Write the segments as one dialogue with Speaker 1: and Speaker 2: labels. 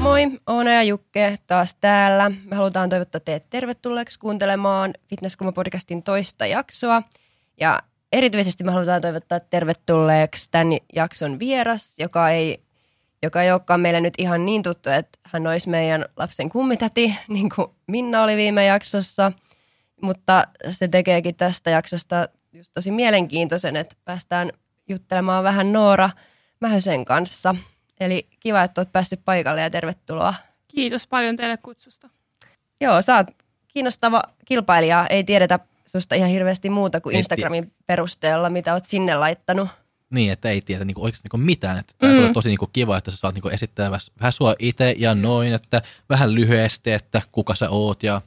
Speaker 1: Moi, Oona ja Jukke taas täällä. Me halutaan toivottaa teidät tervetulleeksi kuuntelemaan Fitness Kulma podcastin toista jaksoa. Ja erityisesti me halutaan toivottaa tervetulleeksi tämän jakson vieras, joka ei, joka ei olekaan meille nyt ihan niin tuttu, että hän olisi meidän lapsen kummitäti, niin kuin Minna oli viime jaksossa. Mutta se tekeekin tästä jaksosta just tosi mielenkiintoisen, että päästään juttelemaan vähän Noora Mähösen kanssa. Eli kiva, että olet päässyt paikalle ja tervetuloa.
Speaker 2: Kiitos paljon teille kutsusta.
Speaker 1: Joo, sä oot kiinnostava kilpailija. Ei tiedetä susta ihan hirveästi muuta kuin
Speaker 3: Ei
Speaker 1: Instagramin perusteella, mitä oot sinne laittanut.
Speaker 3: Niin, että ei tiedä niinku oikeasti niinku mitään. Että Tämä mm. on tosi niinku kiva, että sä saat niinku esittää väs- vähän sua itse ja noin, että vähän lyhyesti, että kuka sä oot ja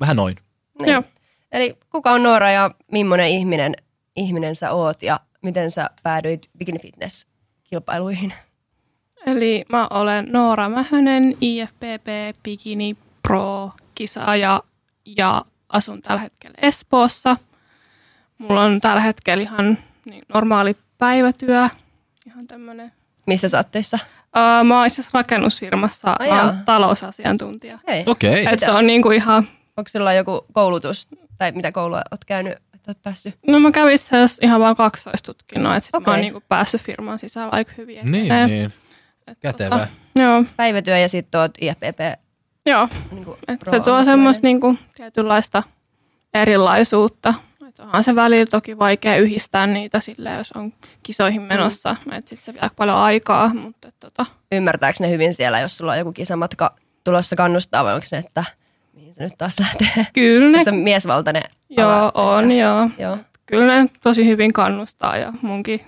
Speaker 3: vähän noin.
Speaker 1: Niin.
Speaker 2: Joo.
Speaker 1: Eli kuka on Noora ja millainen ihminen, ihminen sä oot ja miten sä päädyit Bikini Fitness-kilpailuihin?
Speaker 2: Eli mä olen Noora Mähönen, IFPP Bikini Pro kisaaja ja asun tällä hetkellä Espoossa. Mulla on tällä hetkellä ihan niin, normaali päivätyö, ihan tämmönen.
Speaker 1: Missä sä oot töissä?
Speaker 2: Öö, mä oon itse asiassa rakennusfirmassa,
Speaker 1: Ai
Speaker 2: mä oon
Speaker 1: jaa.
Speaker 2: talousasiantuntija.
Speaker 1: Hei.
Speaker 3: Okei.
Speaker 2: Et se on niinku ihan,
Speaker 1: Onko sulla joku koulutus tai mitä koulua oot käynyt, että oot päässyt?
Speaker 2: no mä kävin itse asiassa ihan vaan kaksoistutkinnon, että sit okay. mä oon
Speaker 1: Okei.
Speaker 2: niinku päässyt firman sisällä aika hyvin.
Speaker 3: Niin,
Speaker 2: eteen.
Speaker 3: niin.
Speaker 2: Et tota,
Speaker 3: Kätevää.
Speaker 2: joo,
Speaker 1: Päivätyö ja sitten oot IFPP.
Speaker 2: joo.
Speaker 1: Niin kuin
Speaker 2: Et se tuo semmoista niinku tietynlaista erilaisuutta. Et onhan se välillä toki vaikea yhdistää niitä sille, jos on kisoihin menossa. Mm. Että sitten se vie aika paljon aikaa, mutta et tota,
Speaker 1: ymmärtääkö ne hyvin siellä, jos sulla on joku kisamatka tulossa kannustaa, vai onko ne, että mihin se nyt taas lähtee?
Speaker 2: kyllä ne,
Speaker 1: Onko se miesvaltainen?
Speaker 2: joo,
Speaker 1: ala?
Speaker 2: on, joo.
Speaker 1: Joo.
Speaker 2: Kyllä ne tosi hyvin kannustaa ja munkin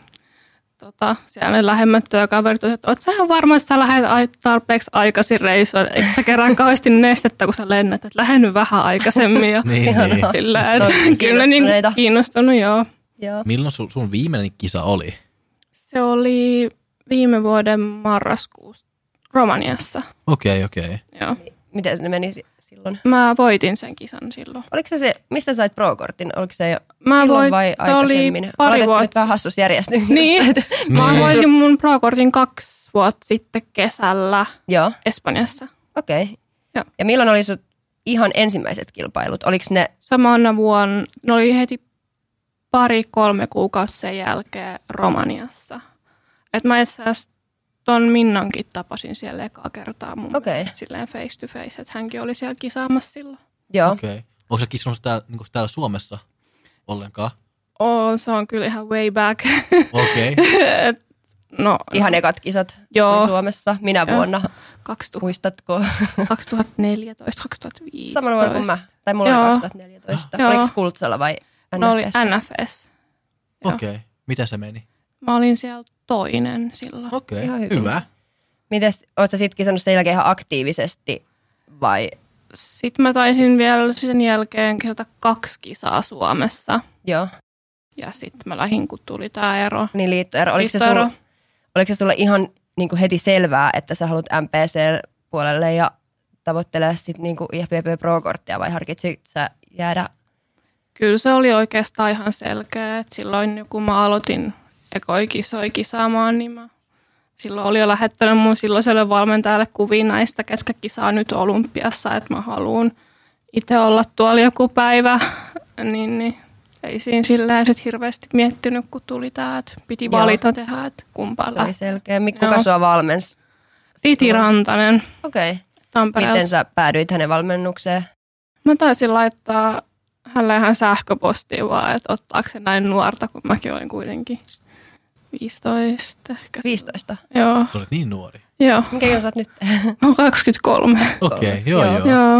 Speaker 2: tota, siellä ne lähemmät työkaverit on, että oot sä ihan varma, että sä lähdet ai- tarpeeksi aikaisin reissuun. Eikö sä kerran kauheasti nestettä, kun sä lennät, että lähden nyt vähän aikaisemmin. Ja
Speaker 3: Niin,
Speaker 1: Ihanaa.
Speaker 3: niin.
Speaker 2: sillä,
Speaker 1: No,
Speaker 2: et, kyllä niin
Speaker 1: kiinnostuneita.
Speaker 2: kiinnostunut, joo.
Speaker 1: Joo.
Speaker 3: Milloin sun, sun viimeinen kisa oli?
Speaker 2: Se oli viime vuoden marraskuussa Romaniassa.
Speaker 3: Okei, okei.
Speaker 2: Joo.
Speaker 1: Miten ne meni si- silloin?
Speaker 2: Mä voitin sen kisan silloin.
Speaker 1: Oliko se se, mistä sait pro-kortin? Oliko se jo
Speaker 2: Mä
Speaker 1: silloin
Speaker 2: voit-
Speaker 1: vai
Speaker 2: se oli
Speaker 1: aikaisemmin?
Speaker 2: pari
Speaker 1: Aloitat nyt
Speaker 2: vuotta.
Speaker 1: vähän hassus järjestyy.
Speaker 2: Niin. Mä
Speaker 3: Niin.
Speaker 2: voitin mun pro-kortin kaksi vuotta sitten kesällä
Speaker 1: Joo,
Speaker 2: Espanjassa.
Speaker 1: okei. Okay.
Speaker 2: Joo.
Speaker 1: Ja milloin oli sun ihan ensimmäiset kilpailut? Oliko ne,
Speaker 2: Samana vuonna, ne oli heti pari-kolme kuukautta sen jälkeen Romaniassa. Et mä itse asiassa ton Minnankin tapasin siellä ekaa kertaa mun
Speaker 1: Okei.
Speaker 2: okay. silleen face to face, että hänkin oli siellä kisaamassa silloin.
Speaker 1: joo, okay.
Speaker 3: Okei. Onko sä kisannut täällä, niinku täällä Suomessa ollenkaan?
Speaker 2: Oo, se on kyllä ihan way back.
Speaker 3: Okei.
Speaker 2: Et, no,
Speaker 1: ihan ekat kisat
Speaker 2: Joo.
Speaker 1: oli Suomessa, minä
Speaker 2: Joo.
Speaker 1: vuonna,
Speaker 2: 2000,
Speaker 1: muistatko?
Speaker 2: 2014, 2015.
Speaker 1: Samana vuonna kuin mä, tai mulla
Speaker 2: Joo.
Speaker 1: oli 2014.
Speaker 2: Joo.
Speaker 1: Oliko Kultsalla vai NFS?
Speaker 2: No oli NFS. Joo.
Speaker 3: Okei. Miten se meni?
Speaker 2: Mä olin siellä toinen silloin.
Speaker 3: Okei.
Speaker 1: Ihan hyvin.
Speaker 3: Hyvä.
Speaker 1: Mites, oot sä sit kisannut sen jälkeen ihan aktiivisesti vai?
Speaker 2: Sitten mä taisin vielä sen jälkeen kisata kaksi kisaa Suomessa.
Speaker 1: Joo,
Speaker 2: Ja sitten mä lähin, kun tuli tämä ero.
Speaker 1: niin liittoero. Oliko, se
Speaker 2: Liittoero.
Speaker 1: sul, oliko se sulle ihan niinku heti selvää, että sä haluat MPC-puolelle ja tavoittelee sit niinku IFBB Pro-korttia vai harkitsit sä jäädä?
Speaker 2: Kyllä se oli oikeastaan ihan selkeä. Et silloin niin kun mä aloitin ekoikisoi kisaamaan, niin mä silloin oli jo lähettänyt mun silloiselle valmentajalle kuvia näistä, ketkä kisaa nyt olympiassa, että mä haluan itse olla tuolla joku päivä. niin, niin ei siinä silleen sit hirveästi miettinyt, kun tuli tämä, että piti
Speaker 1: Joo.
Speaker 2: valita tehdä, että kumpaa
Speaker 1: Se oli
Speaker 2: lähtee.
Speaker 1: selkeä. Mik- Kuka
Speaker 2: Joo.
Speaker 1: sua valmensi?
Speaker 2: Titi Rantanen
Speaker 1: No. Okei. Okay.
Speaker 2: Tampereelta.
Speaker 1: Miten sä päädyit hänen valmennukseen?
Speaker 2: Mä taisin laittaa hänelle ihan sähköpostia vaan, että ottaako se näin nuorta, kun mäkin olin kuitenkin 15 ehkä.
Speaker 1: 15.
Speaker 2: Joo,
Speaker 3: Sä olet niin nuori.
Speaker 2: joo.
Speaker 1: Minkä iän sä oot nyt?
Speaker 2: Mä oon 23.
Speaker 3: Okei, joo,
Speaker 1: Joo.
Speaker 3: joo.
Speaker 2: Joo.
Speaker 3: joo.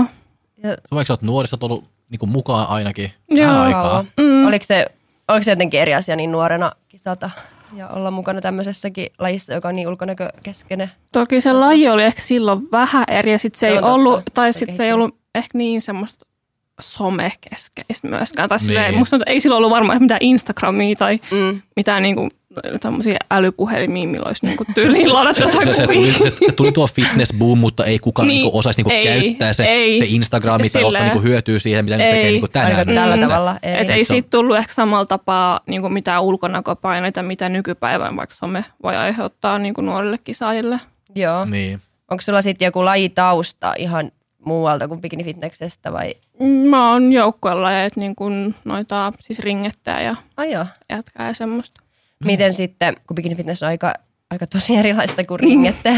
Speaker 2: joo.
Speaker 1: Ja-
Speaker 3: Vaikka sä oot nuori, sä oot ollut niinku mukaan ainakin
Speaker 2: Joo.
Speaker 3: vähän aikaa.
Speaker 2: Mm.
Speaker 1: Oliko se, oliko se jotenkin eri asia niin nuorena kisata ja olla mukana tämmöisessäkin lajissa, joka on niin ulkonäkökeskeinen?
Speaker 2: Toki se laji oli ehkä silloin vähän eri ja sit se,
Speaker 1: Se
Speaker 2: se ei
Speaker 1: on totta.
Speaker 2: ollut, tai
Speaker 1: Se
Speaker 2: sit se ei
Speaker 1: kehittyy.
Speaker 2: ollut ehkä niin semmoista somekeskeistä myöskään. Tai
Speaker 3: Niin.
Speaker 2: silleen, musta tuntuu, että ei silloin ollut varmaan mitään Instagramia tai
Speaker 1: Mm.
Speaker 2: mitään niinku, tämmöisiä älypuhelimia, milloin olisi niinku tyyliin ladattu jotain
Speaker 3: se, se, tuli,
Speaker 2: kuvia.
Speaker 3: se, se tuli tuo fitnessboom, mutta ei kukaan
Speaker 2: Niin,
Speaker 3: niin, niinku osaisi niinku
Speaker 2: ei,
Speaker 3: käyttää se,
Speaker 2: ei.
Speaker 3: se Instagrami tai
Speaker 2: Silleen.
Speaker 3: ottaa niinku hyötyä siihen, mitä ne
Speaker 2: Ei.
Speaker 3: tekee niinku tänään.
Speaker 1: Ainakaan tällä
Speaker 2: Mm.
Speaker 1: tavalla. Ei.
Speaker 2: Et
Speaker 3: Et
Speaker 2: ei
Speaker 3: se on-
Speaker 2: siitä tullut ehkä samalla tapaa niin kuin mitään ulkonäköpaineita, mitä nykypäivän vaikka some voi aiheuttaa niin kuin nuorille kisaajille.
Speaker 1: Joo.
Speaker 3: Niin.
Speaker 1: Onko sulla sitten joku lajitausta ihan muualta kuin bikinifitneksestä vai?
Speaker 2: Mä oon joukkueella, että niin kun noita siis ringettää ja
Speaker 1: Ai joo.
Speaker 2: jätkää ja semmoista.
Speaker 1: Miten sitten, kun bikinifitness on aika, aika tosi erilaista kuin ringette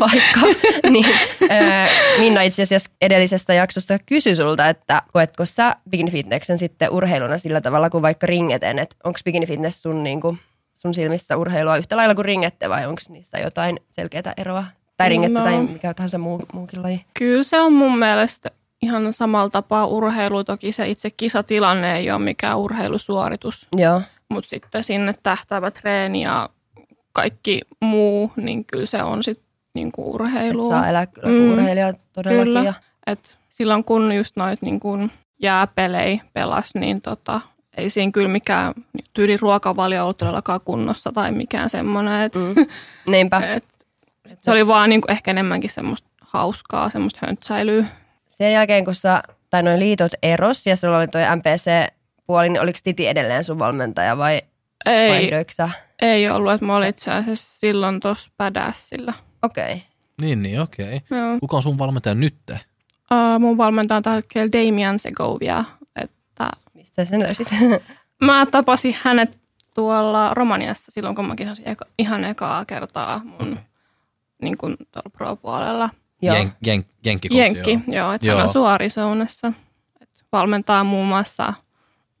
Speaker 1: vaikka, niin ää, Minna itse asiassa edellisessä jaksossa kysyi sulta, että koetko sä bikinifitnessen sitten urheiluna sillä tavalla kuin vaikka ringeten, että onko bikinifitness sun, niinku, sun silmissä urheilua yhtä lailla kuin ringette vai onko niissä jotain selkeää eroa? Tai ringette
Speaker 2: No.
Speaker 1: no. tai mikä tahansa muu, muukin laji.
Speaker 2: Kyllä se on mun mielestä ihan samalla tapaa urheilu. Toki se itse kisatilanne ei ole mikään urheilusuoritus,
Speaker 1: Joo.
Speaker 2: mutta sitten sinne tähtäävä treeni ja kaikki muu, niin kyllä se on sitten niin
Speaker 1: Et
Speaker 2: urheilua.
Speaker 1: saa elää kyllä mm.
Speaker 2: Mm.
Speaker 1: urheilija todellakin.
Speaker 2: Kyllä.
Speaker 1: Ja,
Speaker 2: Et silloin kun just noit niin kun jääpelejä pelas, niin tota, ei siinä kyllä mikään tyyli ruokavalio ollut todellakaan kunnossa tai mikään semmoinen. Et,
Speaker 1: mm. Niinpä.
Speaker 2: et, et se oli vaan niin kun ehkä enemmänkin semmoista hauskaa, semmoista höntsäilyä.
Speaker 1: sen jälkeen, kun sä, tai noin liitot eros ja sulla oli toi MPC-puoli, niin oliko Titi edelleen sun valmentaja vai
Speaker 2: Ei,
Speaker 1: vaihdoiko sä?
Speaker 2: ei ollut, että mä olin itse asiassa silloin tuossa pädässillä.
Speaker 1: Okei. Okay.
Speaker 3: Niin, niin, okei. Okay.
Speaker 2: Joo.
Speaker 3: Kuka on sun valmentaja nyt?
Speaker 2: Uh, mun valmentaja on tällä hetkellä Damian Segovia. Että
Speaker 1: Mistä sen löysit?
Speaker 2: mä tapasin hänet tuolla Romaniassa silloin, kun mä kisasin eka, ihan ekaa kertaa mun okay. niin kuin tuolla pro-puolella.
Speaker 1: Joo.
Speaker 3: Jen, jen, jenkki.
Speaker 2: Jenkki, joo. joo että hän
Speaker 3: Joo.
Speaker 2: on suorisounassa. Et valmentaa muun muassa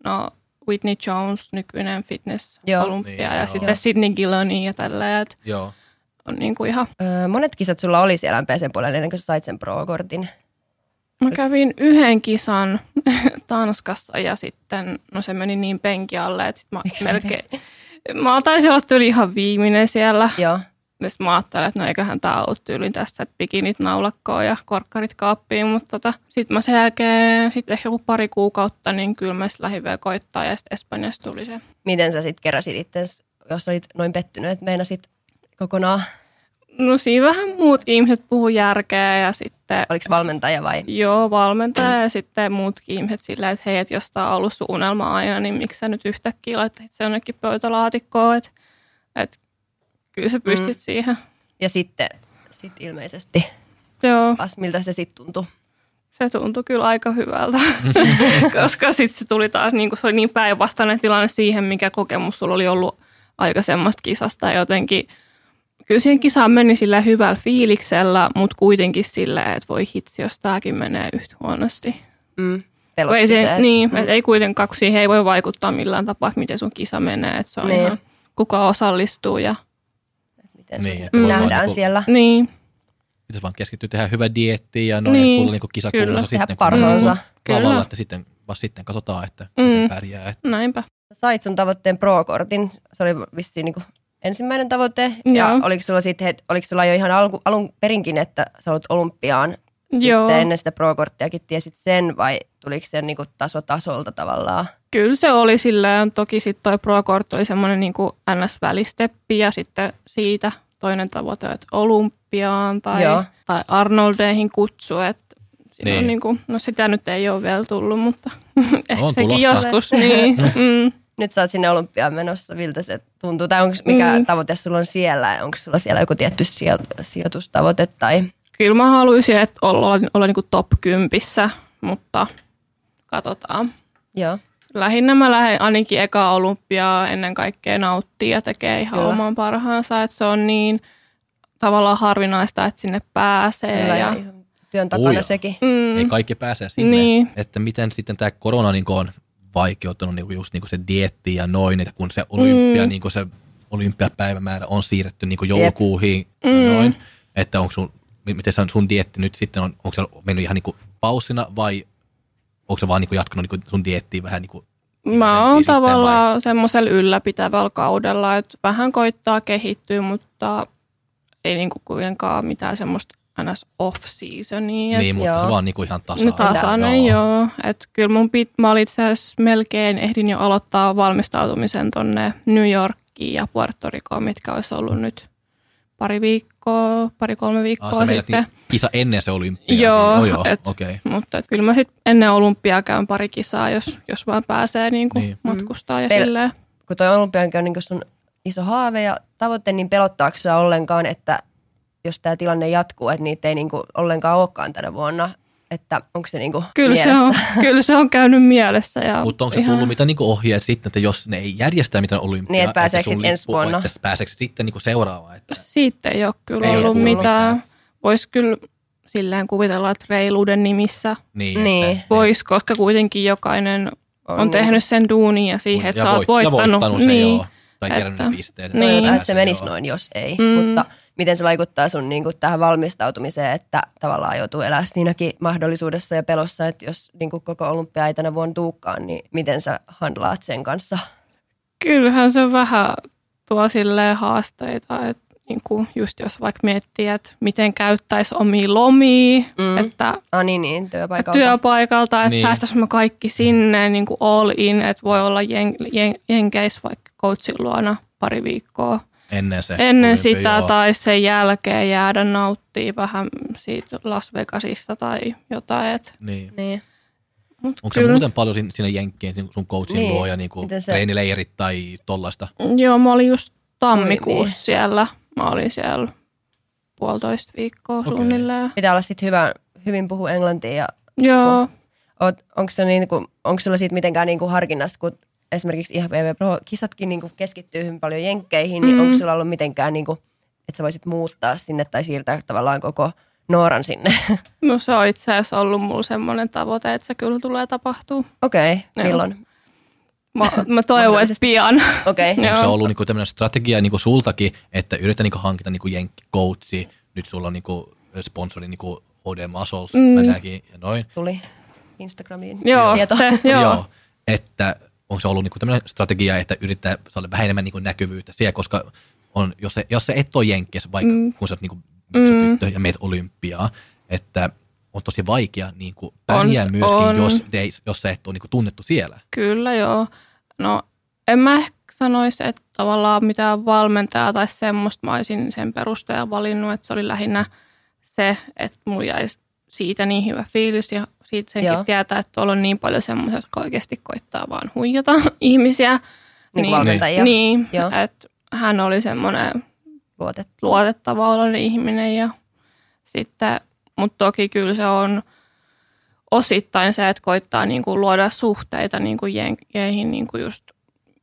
Speaker 2: no, Whitney Jones, nykyinen fitness
Speaker 1: Joo.
Speaker 2: olympia
Speaker 3: Niin,
Speaker 2: ja
Speaker 3: joo.
Speaker 2: sitten Sidney Gilloni ja tälleen. et
Speaker 3: Joo.
Speaker 2: On niin kuin ihan,
Speaker 1: Öö, monet kisat sulla oli siellä MPCn puolella ennen kuin sä sait sen pro-kortin.
Speaker 2: mä
Speaker 1: Eks-
Speaker 2: kävin yhden kisan Tanskassa ja sitten no se meni niin penki alle, että sit mä
Speaker 1: Miksi
Speaker 2: melkein... Mä taisin olla tyyli ihan viimeinen siellä.
Speaker 1: Joo.
Speaker 2: Ja sit mä ajattelin, että no eiköhän tää ollut tyylin tästä, että bikinit naulakkoon ja korkkarit kaappiin, mutta tota, sitten mä sen jälkeen, sitten ehkä joku pari kuukautta, niin kyllä mä sit lähdin vielä koittaa ja sitten Espanjasta tuli se.
Speaker 1: Miten sä sitten keräsit itsensä, jos olit noin pettynyt, että meinasit kokonaan,
Speaker 2: No siinä vähän muut ihmiset puhuu järkeä ja sitten
Speaker 1: oliko valmentaja vai?
Speaker 2: joo valmentaja ja sitten muutkin ihmiset sillä, että hei, että jos tää on ollut sun unelma aina, niin miksi sä nyt yhtäkkiä laittaisit se jonnekin pöytälaatikkoon, että et, kyllä sä pystyt mm. siihen.
Speaker 1: Ja sitten sit ilmeisesti,
Speaker 2: Joo.
Speaker 1: As, miltä se sitten tuntui?
Speaker 2: Se tuntui kyllä aika hyvältä, koska sitten se tuli taas, niin kuin se oli niin päinvastainen tilanne siihen, mikä kokemus sulla oli ollut aikaisemmasta kisasta. Ja Jotenkin, kyllä siihen kisaan meni sillä hyvällä fiiliksellä, mutta kuitenkin sillä, että voi hitsi, jos tämäkin menee yhtä huonosti.
Speaker 1: Mm.
Speaker 2: Kun
Speaker 1: Pelotti
Speaker 2: Ei
Speaker 1: se,
Speaker 2: se,
Speaker 1: että- Mm.
Speaker 2: niin, et ei kuitenkaan, kun siihen ei voi vaikuttaa millään tapaa, että miten sun kisa menee. Että se on
Speaker 1: Niin.
Speaker 2: ihan, kuka osallistuu ja
Speaker 1: miten
Speaker 3: Niin,
Speaker 1: niin,
Speaker 3: että voi vaan
Speaker 1: nähdään
Speaker 3: niinku-
Speaker 1: siellä.
Speaker 2: niin.
Speaker 3: Pitäisi vaan keskittyä tehdä hyvä dieetti ja noin, niin.
Speaker 2: Niin,
Speaker 3: tulla niinku kisakuulossa
Speaker 2: kyllä.
Speaker 1: Tehdä
Speaker 3: sitten. kun
Speaker 1: parhaansa.
Speaker 2: Mm.
Speaker 3: on niinku Lavalla,
Speaker 2: Kyllä.
Speaker 3: että sitten, vasta sitten katsotaan, että mm.
Speaker 2: Mm.
Speaker 3: miten pärjää. Että,
Speaker 2: Näinpä.
Speaker 1: sait sun tavoitteen pro-kortin. Se oli vissiin niin ensimmäinen tavoite. Ja
Speaker 2: Joo.
Speaker 1: oliko sulla, sit, het- oliko sulla jo ihan alku, alun perinkin, että sä olet olympiaan
Speaker 2: Joo.
Speaker 1: sitten ennen sitä pro-korttiakin tiesit sen vai tuliko se niin taso tasolta tavallaan?
Speaker 2: Kyllä se oli silleen. Toki sitten toi ProCort oli semmoinen niin NS-välisteppi ja sitten siitä toinen tavoite, että olympiaan tai,
Speaker 1: Joo.
Speaker 2: tai Arnoldeihin kutsu. Että niin.
Speaker 3: Niin.
Speaker 2: On niin kuin, no sitä nyt ei ole vielä tullut, mutta ehkä
Speaker 3: On
Speaker 2: sekin
Speaker 3: tulossa.
Speaker 2: joskus. Niin. Mm.
Speaker 1: Nyt sä oot sinne olympiaan menossa, miltä se tuntuu? Tai onko, mikä
Speaker 2: Mm.
Speaker 1: tavoite sulla on siellä? Onko sulla siellä joku tietty sijo- sijoitustavoite? Tai...
Speaker 2: Kyllä mä haluaisin, että olla, olla, olla niin kuin top 10, mutta katsotaan.
Speaker 1: Joo.
Speaker 2: Lähinnä mä lähden ainakin eka olympiaa ennen kaikkea nauttia ja tekee ihan
Speaker 1: Kyllä.
Speaker 2: Kyllä. oman parhaansa. Että se on niin tavallaan harvinaista, että sinne pääsee.
Speaker 1: Kyllä, ja
Speaker 2: ja,
Speaker 1: ison työn takana
Speaker 3: Uja.
Speaker 1: sekin.
Speaker 2: mm,
Speaker 3: ei kaikki pääse sinne.
Speaker 2: Niin.
Speaker 3: Että miten sitten tämä korona niinku on vaikeuttanut niinku just niinku se dieetti ja noin, että kun se olympia, mm. niinku se olympiapäivämäärä on siirretty niinku joulukuuhin
Speaker 2: Mm.
Speaker 3: ja noin, että onko sun, mi- miten se on sun dieetti nyt sitten, on, onko se mennyt ihan niinku paussina vai onko se vaan niinku jatkanut niinku sun dieettiä vähän niinku
Speaker 2: Mä oon
Speaker 3: sitten vai-
Speaker 2: tavallaan semmoisella ylläpitävällä kaudella, että vähän koittaa kehittyä, mutta ei niinku kuitenkaan mitään semmoista ns. off-seasonia.
Speaker 3: Niin, mutta joo. se
Speaker 1: Joo.
Speaker 3: vaan niinku ihan tasainen.
Speaker 2: No tasainen, joo. joo. Et kyllä mun pit, mä olin itse asiassa melkein, ehdin jo aloittaa valmistautumisen tonne New Yorkiin ja Puerto Ricoon, mitkä olisi ollut nyt pari viikkoa, pari-kolme
Speaker 3: Ah,
Speaker 2: viikkoa
Speaker 3: sä meinaat
Speaker 2: sitten.
Speaker 3: niinku kisa ennen se olympia.
Speaker 2: Joo,
Speaker 3: niin, joo,
Speaker 2: et-
Speaker 3: okei. Okay.
Speaker 2: Mutta et kyllä mä sitten ennen olympiaa käyn pari kisaa, jos, jos vaan pääsee niinku
Speaker 3: Niin.
Speaker 2: niin. matkustaa ja
Speaker 1: Pel-
Speaker 2: silleen.
Speaker 1: kun toi olympiankin on niin sun iso haave ja tavoite, niin pelottaako sä ollenkaan, että jos tämä tilanne jatkuu, että niitä ei niinku ollenkaan olekaan tänä vuonna, että onko se niinku
Speaker 2: Kyllä se,
Speaker 1: mielessä?
Speaker 2: on, kyllä se on käynyt mielessä. Ja
Speaker 3: Mutta onko se
Speaker 2: ihan-
Speaker 3: tullut mitään niinku ohjeet sitten, että jos ne ei järjestää mitään olympiaa,
Speaker 1: Niin, että pääseekö
Speaker 3: sun
Speaker 1: sit
Speaker 3: lippu
Speaker 1: ensi vuonna?
Speaker 3: on, Että pääseekö sitten niinku seuraavaan? Että,
Speaker 2: Siitä ei ole kyllä
Speaker 1: Ei
Speaker 2: ei
Speaker 1: ole
Speaker 2: ollut
Speaker 1: kuullut
Speaker 2: mitään.
Speaker 3: mitään.
Speaker 2: Voisi kyllä silleen kuvitella, että reiluuden nimissä
Speaker 3: niin,
Speaker 1: Niin.
Speaker 3: Että,
Speaker 2: voisi, koska kuitenkin jokainen on,
Speaker 1: niinku-
Speaker 2: tehnyt sen duunin ja siihen, että sä oot voittanut.
Speaker 3: Ja voittanut sen,
Speaker 2: niin.
Speaker 3: joo. Tai
Speaker 2: Että-
Speaker 3: kerännyt ne pisteet.
Speaker 1: No
Speaker 2: Niin.
Speaker 1: niin.
Speaker 3: Näin
Speaker 1: että se menisi
Speaker 3: joo.
Speaker 1: noin, jos ei.
Speaker 2: Mm.
Speaker 1: Mm. Mutta miten se vaikuttaa sun niin kuin, tähän valmistautumiseen, että tavallaan joutuu elää siinäkin mahdollisuudessa ja pelossa, että jos niin kuin, koko olympia ei tänä vuonna tuukaan, niin miten sä handlaat sen kanssa?
Speaker 2: Kyllähän se vähän tuo silleen haasteita, että niinku just jos vaikka miettii, että miten käyttäisi omia lomia,
Speaker 1: Mm.
Speaker 2: mm. että
Speaker 1: Ah niin, niin työpaikalta.
Speaker 2: työpaikalta, että
Speaker 3: Niin.
Speaker 2: niin. säästäisi mä kaikki sinne niin kuin all in, että voi olla jen, jen, jenkeissä vaikka coachin luona pari viikkoa
Speaker 3: Ennen se.
Speaker 2: ennen
Speaker 3: olympia,
Speaker 2: sitä
Speaker 3: Eh, joo.
Speaker 2: tai sen jälkeen jäädä nauttii vähän siitä Las Vegasista tai jotain. Et,
Speaker 3: Niin.
Speaker 1: Niin.
Speaker 2: mut
Speaker 3: Onko se
Speaker 2: kyllä-
Speaker 3: muuten paljon sin- siinä jenkkien sin- sun coachin
Speaker 1: Niin.
Speaker 3: luo ja niinku
Speaker 1: Miten se-
Speaker 3: treenileirit tai tollaista?
Speaker 2: Joo, mä olin just tammikuussa
Speaker 3: niin.
Speaker 1: Toimii.
Speaker 2: siellä. Mä olin siellä puolitoista viikkoa
Speaker 3: Okei.
Speaker 2: okay. suunnilleen.
Speaker 1: Pitää olla sitten hyvä, hyvin puhua englantia ja
Speaker 2: Joo,
Speaker 1: onko se niin kuin, onko sulla siitä mitenkään niin kuin harkinnassa, kun esimerkiksi ihan PV Pro kisatkin niin kuin keskittyy hyvin paljon jenkkeihin, niin
Speaker 2: Mm.
Speaker 1: onko sulla ollut mitenkään niin kuin, että sä voisit muuttaa sinne tai siirtää tavallaan koko Nooran sinne?
Speaker 2: no se on itse asiassa ollut mulla semmoinen tavoite, että se kyllä tulee tapahtuu.
Speaker 1: Okei, okay,
Speaker 2: Joo.
Speaker 1: milloin?
Speaker 2: Mä, mä toivon, että pian.
Speaker 1: Okei. Okay.
Speaker 2: Joo.
Speaker 3: Onko se ollut niinku tämmöinen strategia niinku sultakin, että yrität niinku hankita niinku jenkki-coachi, nyt sulla on niinku sponsori niinku HD Muscles,
Speaker 2: Mm.
Speaker 3: mm. ja noin.
Speaker 1: Tuli Instagramiin.
Speaker 2: Joo,
Speaker 1: Tieto.
Speaker 2: se, joo. joo.
Speaker 3: Että onko se ollut niinku tämmöinen strategia, että yrittää saada vähän enemmän niinku näkyvyyttä siellä, koska on, jos, se, jos se et ole jenkkiässä, vaikka mm.
Speaker 2: Mm.
Speaker 3: kun sä oot niinku
Speaker 2: Mm.
Speaker 3: tyttö ja meet olympiaa, että on tosi vaikea niinku pärjää
Speaker 2: On-
Speaker 3: myöskin,
Speaker 2: on.
Speaker 3: Jos, ei, jos sä et ole niinku tunnettu siellä.
Speaker 2: Kyllä joo. No en mä ehkä sanoisi, että tavallaan mitään valmentajaa tai semmoista mä olisin sen perusteella valinnut, että se oli lähinnä se, että mulla jäi siitä niin hyvä fiilis ja siitä senkin
Speaker 1: Joo.
Speaker 2: joo. tietää, että tuolla on niin paljon semmoisia, jotka oikeasti koittaa vaan huijata ihmisiä.
Speaker 1: Niin kuin valmentajia. Niin.
Speaker 2: Niin,
Speaker 1: Joo.
Speaker 2: että hän oli semmoinen
Speaker 1: Luotet.
Speaker 2: luotettava oloinen ihminen ja sitten, mutta toki kyllä se on osittain se, että koittaa niin kuin luoda suhteita niin kuin jenkeihin niin kuin just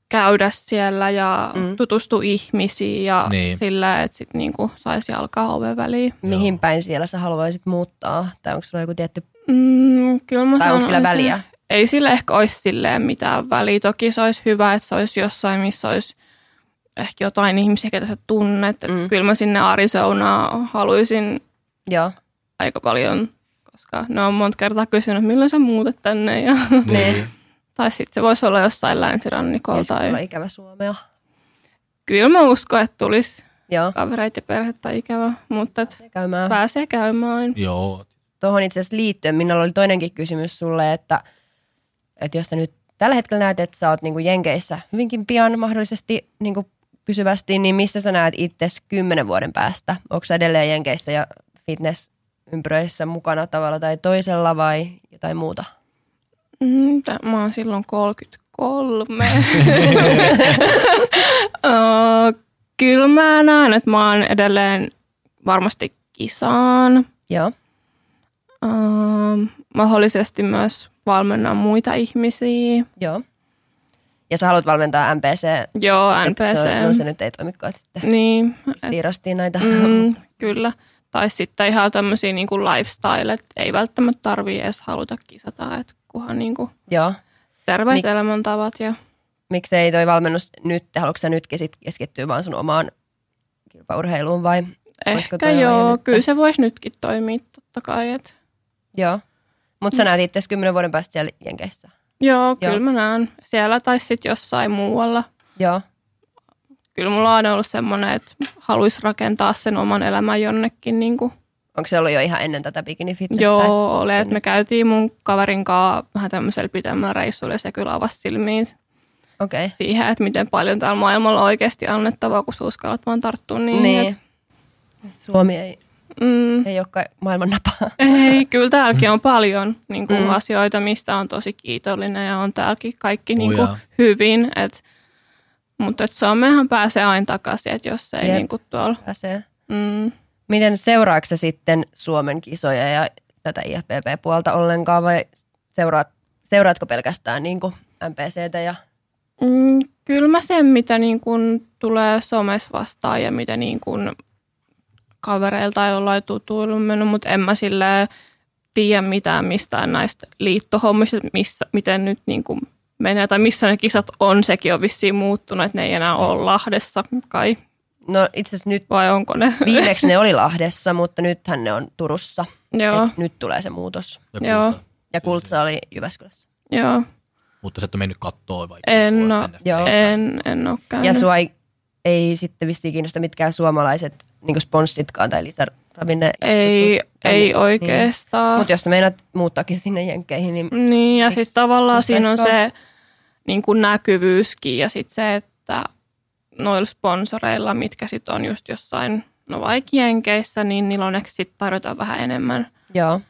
Speaker 2: käydä siellä ja
Speaker 1: Mm.
Speaker 2: mm. tutustua ihmisiin ja
Speaker 3: Niin.
Speaker 2: niin. sillä, että sit niin kuin saisi jalkaa oven väliin.
Speaker 1: Mihin päin siellä sä haluaisit muuttaa? Tai onko sulla joku tietty,
Speaker 2: Mm, kyllä mä
Speaker 1: tai onko sillä
Speaker 2: sanoisin-
Speaker 1: väliä?
Speaker 2: Ei sillä ehkä olisi silleen mitään väliä. Toki se olisi hyvä, että se olisi jossain, missä olisi ehkä jotain ihmisiä, ketä sä tunnet.
Speaker 1: Mm.
Speaker 2: Mm. Kyllä mä sinne Arizonaan haluaisin
Speaker 1: Joo.
Speaker 2: aika paljon, koska ne on monta kertaa kysynyt, milloin sä muutat tänne. Ja,
Speaker 1: Niin.
Speaker 2: tai sitten se voisi olla jossain
Speaker 1: Ja
Speaker 2: länsirannikolla.
Speaker 1: Niin, sit sulla on
Speaker 2: Tai...
Speaker 1: ikävä Suomea.
Speaker 2: Kyllä mä uskon, että tulisi
Speaker 1: Joo.
Speaker 2: kavereita ja perhettä ikävä, mutta et
Speaker 1: Käymään.
Speaker 2: pääsee käymään.
Speaker 3: Joo,
Speaker 1: tuohon itse asiassa liittyen, minulla oli toinenkin kysymys sulle, että, että jos sä nyt tällä hetkellä näet, että sä oot niinku Jenkeissä hyvinkin pian mahdollisesti niinku pysyvästi, niin missä sä näet itses kymmenen vuoden päästä? Onko sä edelleen Jenkeissä ja fitnessympyröissä mukana tavalla tai toisella vai jotain muuta?
Speaker 2: Mm, tä- Mä oon silloin 33. Ö, Kyllä mä näen, että mä oon edelleen varmasti kisaan.
Speaker 1: Joo,
Speaker 2: Ö, mahdollisesti myös valmennan muita ihmisiä.
Speaker 1: joo. Ja sä haluat valmentaa MPC.
Speaker 2: Joo,
Speaker 1: että
Speaker 2: NPC.
Speaker 1: Se, on- no se nyt ei toimikaan sitten.
Speaker 2: Niin, et,
Speaker 1: Siirrastiin näitä.
Speaker 2: mm, kyllä. Tai sitten ihan tämmöisiä niin kuin lifestyle, että ei välttämättä tarvii edes haluta kisata, että kunhan niin kuin
Speaker 1: joo.
Speaker 2: terveet
Speaker 1: Mik-
Speaker 2: Mik- elämäntavat ja
Speaker 1: Miksei toi valmennus nyt, haluatko sä nytkin sit keskittyä vaan sun omaan kilpaurheiluun vai? Voisiko
Speaker 2: ehkä
Speaker 1: toi olla jo
Speaker 2: joo,
Speaker 1: nyt?
Speaker 2: kyllä se voisi nytkin toimia totta kai. Et,
Speaker 1: Joo. Mutta
Speaker 2: Mm.
Speaker 1: sä näet itse 10 vuoden päästä siellä Jenkeissä.
Speaker 2: joo, kyllä
Speaker 1: Joo.
Speaker 2: mä näen siellä tai sitten jossain muualla.
Speaker 1: Joo.
Speaker 2: Kyllä mulla on aina ollut semmoinen, että haluaisi rakentaa sen oman elämän jonnekin. Niin kuin.
Speaker 1: Onko se ollut jo ihan ennen tätä bikini fitness?
Speaker 2: Joo, ole, että me käytiin mun kaverin kanssa vähän tämmöisellä pitemmällä reissulla ja se kyllä avasi silmiin
Speaker 1: Okei. Okay.
Speaker 2: siihen, että miten paljon täällä maailmalla on oikeasti annettavaa, kun sä uskallat vaan tarttua niihin.
Speaker 1: Niin.
Speaker 2: Et,
Speaker 1: Suomi ei,
Speaker 2: mm,
Speaker 1: ei olekaan maailman napaa.
Speaker 2: ei, kyllä täälläkin on paljon niin kuin
Speaker 1: Mm.
Speaker 2: mm. asioita, mistä on tosi kiitollinen ja on täälläkin kaikki niin kuin,
Speaker 3: Ojaa.
Speaker 2: hyvin. Et, mutta et Suomeenhan pääsee aina takaisin, että jos ei
Speaker 1: Jep.
Speaker 2: niin kuin, tuolla...
Speaker 1: Pääsee.
Speaker 2: Mm,
Speaker 1: Miten seuraatko sitten Suomen kisoja ja tätä IFBB-puolta ollenkaan vai seuraat, seuraatko pelkästään niin kuin MPCtä ja
Speaker 2: Mm, kyllä mä sen, mitä niin kun tulee somessa vastaan ja mitä niin kun kavereilta tai jollain tutuilla on mennyt, mutta en mä silleen tiedä mitään mistään näistä liittohommista, missä, miten nyt niin kun menee tai missä ne kisat on. Sekin on vissiin muuttunut, että ne ei enää ole Lahdessa kai,
Speaker 1: no itse asiassa nyt
Speaker 2: vai onko ne?
Speaker 1: viimeksi ne oli Lahdessa, mutta nythän ne on Turussa.
Speaker 2: joo,
Speaker 1: Et nyt tulee se muutos.
Speaker 3: Ja
Speaker 2: Joo.
Speaker 3: Joo.
Speaker 1: Ja Kultsa oli Jyväskylässä.
Speaker 2: joo,
Speaker 3: Mutta sä et ole mennyt kattoo vaikka.
Speaker 2: En
Speaker 3: Voi,
Speaker 2: oo.
Speaker 3: tänne.
Speaker 1: Joo.
Speaker 2: en, en ole käynyt.
Speaker 1: Ja sua ei, ei sitten vissiin kiinnosta mitkään suomalaiset niin sponssitkaan tai lisäravinne.
Speaker 2: ei,
Speaker 1: Niin.
Speaker 2: ah. ei oikeastaan.
Speaker 1: Mutta jos sä meinaat muuttaakin sinne jenkkeihin, niin
Speaker 2: Niin, ja
Speaker 1: Eiks-
Speaker 2: sitten tavallaan
Speaker 1: Mut
Speaker 2: siinä on
Speaker 1: taisko-
Speaker 2: se niin kuin näkyvyyskin ja sitten se, että noilla sponsoreilla, mitkä sitten on just jossain, no vaikka Jenkeissä, niin niillä on ehkä sitten tarjota vähän enemmän
Speaker 1: joo.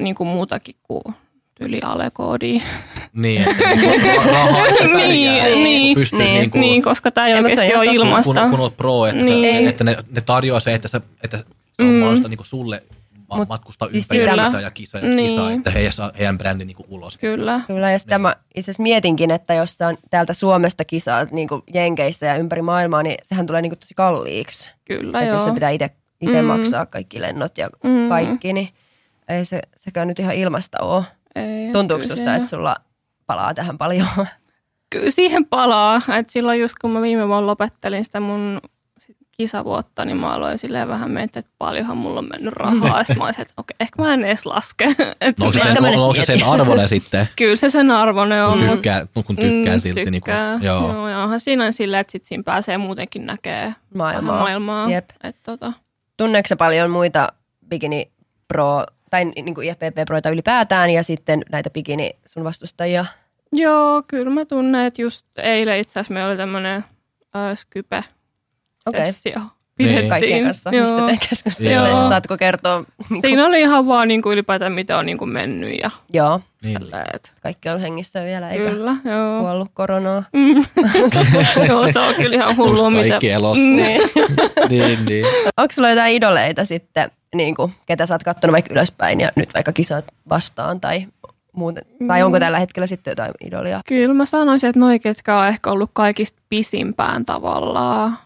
Speaker 2: niin kuin muutakin kuin yli alekoodia.
Speaker 3: Niin, että niinku rahaa että
Speaker 2: Niin,
Speaker 3: pärjää, että
Speaker 2: niin,
Speaker 3: pystyy
Speaker 1: niin,
Speaker 3: niinku,
Speaker 2: niin, koska tämä ei
Speaker 1: Ei, mut se
Speaker 2: oikeasti
Speaker 1: on
Speaker 2: ole
Speaker 1: ihan totta.
Speaker 3: kun,
Speaker 2: ilmasta.
Speaker 3: kun, kun olet pro, että,
Speaker 1: Niin.
Speaker 3: niin. että ne, ne tarjoaa se, että, sä, että se
Speaker 2: Mm.
Speaker 3: on mm. mahdollista niinku sulle ma-
Speaker 1: Mut
Speaker 3: matkustaa
Speaker 1: siis
Speaker 3: ympäri
Speaker 2: kyllä.
Speaker 3: kisaa ja kisaa ja
Speaker 2: Niin.
Speaker 3: kisaa, että he saa heidän brändin niinku ulos.
Speaker 2: Kyllä.
Speaker 1: Kyllä, ja sitä
Speaker 3: Niin.
Speaker 1: mä itse asiassa mietinkin, että jos sä on täältä Suomesta kisaa niin kuin Jenkeissä ja ympäri maailmaa, niin sehän tulee niin kuin tosi kalliiksi.
Speaker 2: Kyllä,
Speaker 1: Että
Speaker 2: No joo.
Speaker 1: jos se pitää itse mm.
Speaker 2: Mm.
Speaker 1: maksaa kaikki lennot ja
Speaker 2: Mm.
Speaker 1: kaikki, niin ei se, sekään nyt ihan ilmasta ole.
Speaker 2: Ei,
Speaker 1: Tuntuuko
Speaker 2: kyllä
Speaker 1: susta,
Speaker 2: siinä-
Speaker 1: että sulla palaa tähän paljon?
Speaker 2: kyllä siihen palaa. Et silloin just kun mä viime vuonna lopettelin sitä mun kisavuotta, niin mä aloin silleen vähän miettiä, että paljonhan mulla on mennyt rahaa. Sitten mä olisin, että okei, ehkä mä en edes laske. Et
Speaker 3: No onko se
Speaker 2: mä-
Speaker 3: sen,
Speaker 1: Mä en edes
Speaker 3: onko se sen
Speaker 1: mieti.
Speaker 3: arvoinen sitten,
Speaker 2: Kyllä se sen arvone on.
Speaker 3: kun
Speaker 2: mut-
Speaker 3: tykkää, kun tykkää
Speaker 2: mm,
Speaker 3: silti. Niinku,
Speaker 2: tykkää.
Speaker 3: joo.
Speaker 2: joo. ja onhan siinä on silleen, että sit siinä pääsee muutenkin näkee
Speaker 1: Maailmaa.
Speaker 2: maailmaa. maailmaa.
Speaker 1: Jep.
Speaker 2: Et tota,
Speaker 1: Tunneeko sä paljon muita bikini pro tai niin kuin IFPP proita ylipäätään ja sitten näitä bikini sun vastustajia?
Speaker 2: joo, kyllä mä tunnen, että just eilen itse asiassa meillä oli tämmöinen äh, skype
Speaker 1: Okei, okay.
Speaker 2: sessio
Speaker 3: Niin.
Speaker 1: kaikkien kanssa,
Speaker 2: Joo.
Speaker 1: mistä te keskustelette,
Speaker 3: Joo.
Speaker 1: saatko kertoa? Niin kuin,
Speaker 2: Siinä oli ihan vaan niin kuin ylipäätään, mitä on niin kuin mennyt ja
Speaker 1: joo,
Speaker 3: Niin.
Speaker 2: tälleen, et
Speaker 1: kaikki on hengissä vielä, eikä
Speaker 2: Kyllä, joo.
Speaker 1: kuollut koronaa.
Speaker 2: Mm. joo, se on kyllä ihan hullua,
Speaker 3: Onko
Speaker 2: mitä... Mm.
Speaker 3: kaikki elossa?
Speaker 1: Niin.
Speaker 3: niin, niin.
Speaker 1: Onko sulla jotain idoleita sitten, niin kuin, ketä sä oot kattonut vaikka ylöspäin ja nyt vaikka kisat vastaan tai muuten? Tai
Speaker 2: Mm.
Speaker 1: onko tällä hetkellä sitten jotain idolia?
Speaker 2: Kyllä mä sanoisin, että noi, ketkä on ehkä ollut kaikista pisimpään tavallaan.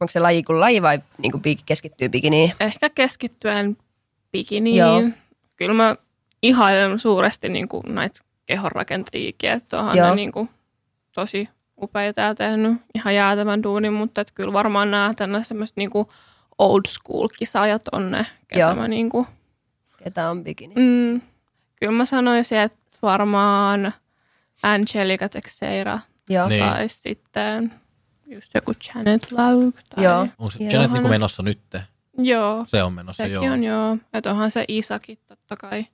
Speaker 1: Onko se laji kuin laji vai niin kuin bi- keskittyy bikiniin?
Speaker 2: Ehkä keskittyen bikiniin.
Speaker 1: Joo.
Speaker 2: Joo. Kyllä mä ihailen suuresti niin kuin näitä kehonrakentajiakin, että onhan
Speaker 1: Joo.
Speaker 2: ne niin kuin tosi upeita ja tehnyt ihan jäätävän duunin, mutta että kyllä varmaan nämä tällaiset semmoiset niin kuin old school kisaajat on ne, ketä
Speaker 1: Joo.
Speaker 2: Joo. mä niin kuin
Speaker 1: Ketä on bikini?
Speaker 2: Mm, kyllä mä sanoisin, että varmaan Angelica Teixeira
Speaker 1: Joo.
Speaker 3: Niin.
Speaker 2: tai sitten just joku Janet Lauk. Tai...
Speaker 1: Joo.
Speaker 3: Onko se
Speaker 1: Joo.
Speaker 3: Janet niinku menossa nyt?
Speaker 2: Joo,
Speaker 3: Se on menossa,
Speaker 2: sekin
Speaker 3: joo.
Speaker 2: on joo. Että onhan se Isakin totta kai.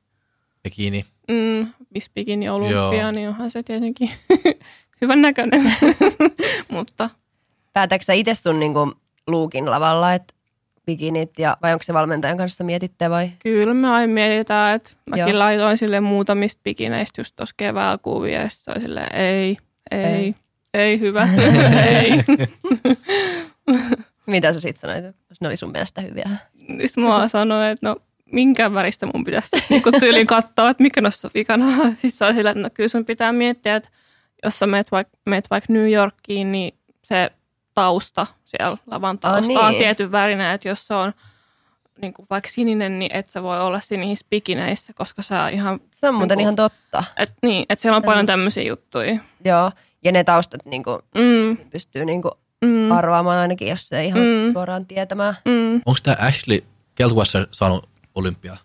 Speaker 3: Bikini.
Speaker 2: Mm, Miss Bikini Olympia,
Speaker 3: Joo.
Speaker 2: niin onhan se tietenkin hyvän näköinen. Mutta
Speaker 1: Päätätkö sä itse sun niin kuin, luukin lavalla, että bikinit ja, vai onko se valmentajan kanssa mietitte vai?
Speaker 2: kyllä me aina mietitään, että mäkin
Speaker 1: Joo.
Speaker 2: laitoin sille muutamista bikineistä just tuossa keväällä kuvia, ja sit se oli silleen, ei, ei,
Speaker 1: Ei.
Speaker 2: ei, ei hyvä, ei.
Speaker 1: Mitä sä sit sanoit, jos ne oli sun mielestä hyviä?
Speaker 2: Niin Sitten mä vaan sanoin, että no minkä väristä mun pitäisi niinku tyyliin katsoa, että mikä noissa on vikana. Sitten se oli sillä, että no kyllä sun pitää miettiä, että jos sä meet vaikka, meet vaikka New Yorkiin, niin se tausta siellä lavan tausta
Speaker 1: Ah,
Speaker 2: on
Speaker 1: niin.
Speaker 2: tietyn värinen, että jos se on niin kuin vaikka sininen, niin et sä voi olla sinisissä bikineissä, koska sä ihan,
Speaker 1: Se on muuten
Speaker 2: Niinku-
Speaker 1: ihan totta.
Speaker 2: et niin, et siellä on paljon tämmöisiä juttuja.
Speaker 1: Joo. Ja ne taustat niin kuin,
Speaker 2: Mm,
Speaker 1: pystyy niin kuin,
Speaker 2: mm,
Speaker 1: arvaamaan ainakin, jos se ei ihan mm.
Speaker 2: Mm.
Speaker 1: suoraan tietämään.
Speaker 2: mm.
Speaker 3: Onko tämä Ashley Keltwasser saanut olympialipun?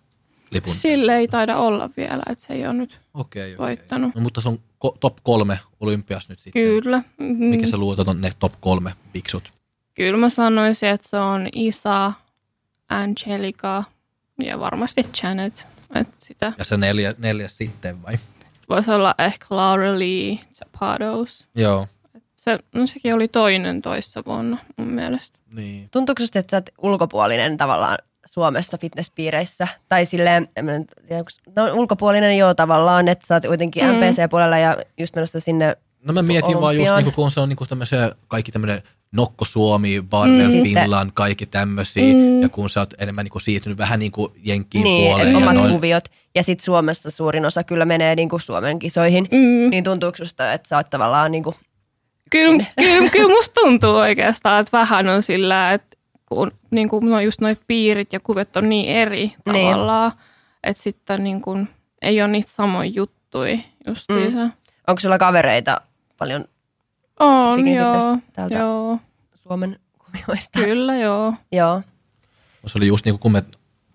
Speaker 2: Sille ei taida olla vielä, että se ei ole nyt
Speaker 3: Okei, okay,
Speaker 2: voittanut.
Speaker 3: No, mutta se on ko- top kolme olympias nyt sitten.
Speaker 2: Kyllä. Mm.
Speaker 3: Mikä sä luulet, että on ne top kolme fiksut?
Speaker 2: Kyllä mä sanoisin, että se on Isa, Angelica ja varmasti Janet. Et sitä
Speaker 3: Ja se neljä, neljäs sitten vai?
Speaker 2: voisi olla ehkä Laura Lee Zapados.
Speaker 3: Joo.
Speaker 2: Se, no sekin oli toinen toissa vuonna mun mielestä.
Speaker 3: Niin.
Speaker 1: Tuntuuko susta, että sä oot ulkopuolinen tavallaan Suomessa fitnesspiireissä? Tai silleen, en mä nyt tiedä, onks- no, ulkopuolinen joo tavallaan, että sä oot kuitenkin mm.
Speaker 2: Mm.
Speaker 1: MPC-puolella ja just menossa sinne
Speaker 3: No mä mietin vaan just,
Speaker 1: Olympiaan.
Speaker 3: niinku, kun se on niinku tämmöisiä, kaikki tämmöinen Nokko Suomi, Varvel,
Speaker 1: Mm.
Speaker 3: mm, Finland, kaikki tämmöisiä.
Speaker 2: Mm.
Speaker 3: Mm. Ja kun sä oot enemmän niin kuin siirtynyt vähän niin kuin jenkkiin
Speaker 1: Niin,
Speaker 3: puoleen.
Speaker 1: että
Speaker 3: ja
Speaker 1: omat
Speaker 3: noin.
Speaker 1: kuviot. Ja sitten Suomessa suurin osa kyllä menee niinku Suomen kisoihin.
Speaker 2: Mm.
Speaker 1: Niin tuntuuko susta, että sä oot tavallaan niinku,
Speaker 2: Kyllä, kyllä, kyllä musta tuntuu oikeastaan, että vähän on sillä, että kun niin kuin no just noi piirit ja kuvet on niin eri tavallaan, että sitten niin kuin, ei ole niitä samoja juttuja justiinsa. Mm.
Speaker 1: onko sulla kavereita paljon
Speaker 2: On,
Speaker 1: Piknikin
Speaker 2: joo,
Speaker 1: tästä- täältä
Speaker 2: joo,
Speaker 1: Suomen kuvioista?
Speaker 2: kyllä joo.
Speaker 1: Joo.
Speaker 3: se oli just niin kuin, kun me